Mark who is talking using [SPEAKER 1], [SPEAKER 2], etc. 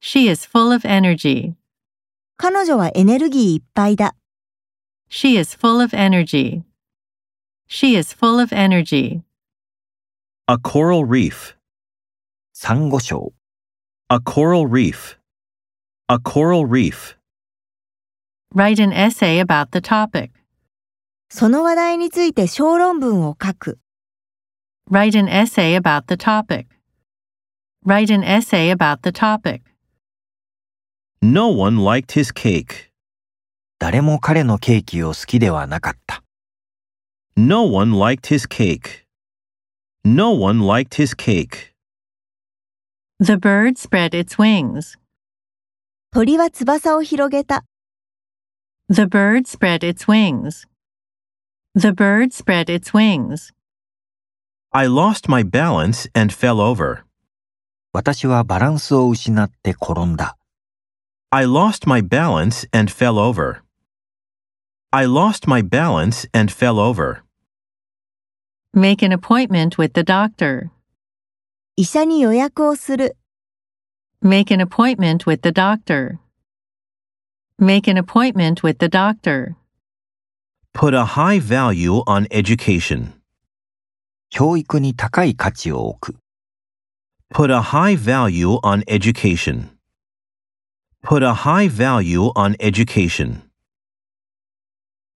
[SPEAKER 1] She is full of energy.
[SPEAKER 2] 彼女はエネルギーいっぱいだ。
[SPEAKER 1] She is full of energy. She is full of energy.
[SPEAKER 3] A coral reef.
[SPEAKER 4] 珊瑚礁、
[SPEAKER 3] A coral reef. A coral reef.
[SPEAKER 1] Write an essay about the topic.
[SPEAKER 2] その話題について小論文を書く。
[SPEAKER 1] Write an essay about the topic. Write an essay about the topic.
[SPEAKER 3] No one liked his cake.
[SPEAKER 4] 誰も彼のケーキを好きではなかった。
[SPEAKER 3] No one liked his cake. No one liked his cake.
[SPEAKER 1] The bird spread its wings.
[SPEAKER 2] 鳥は翼を広げた。
[SPEAKER 1] The bird spread its wings. The bird spread its wings.
[SPEAKER 3] I lost my balance and fell over.
[SPEAKER 4] 私はバランスを失って転んだ。
[SPEAKER 3] I lost my balance and fell over. I lost my balance and fell over.
[SPEAKER 1] Make an appointment with the doctor.
[SPEAKER 2] 医者に予約をする。
[SPEAKER 1] Make an appointment with the doctor. Make an appointment with the doctor.
[SPEAKER 3] Put a high value on education.
[SPEAKER 4] 教育に高い価値を置く。
[SPEAKER 3] Put a high value on education. Put a high value on education.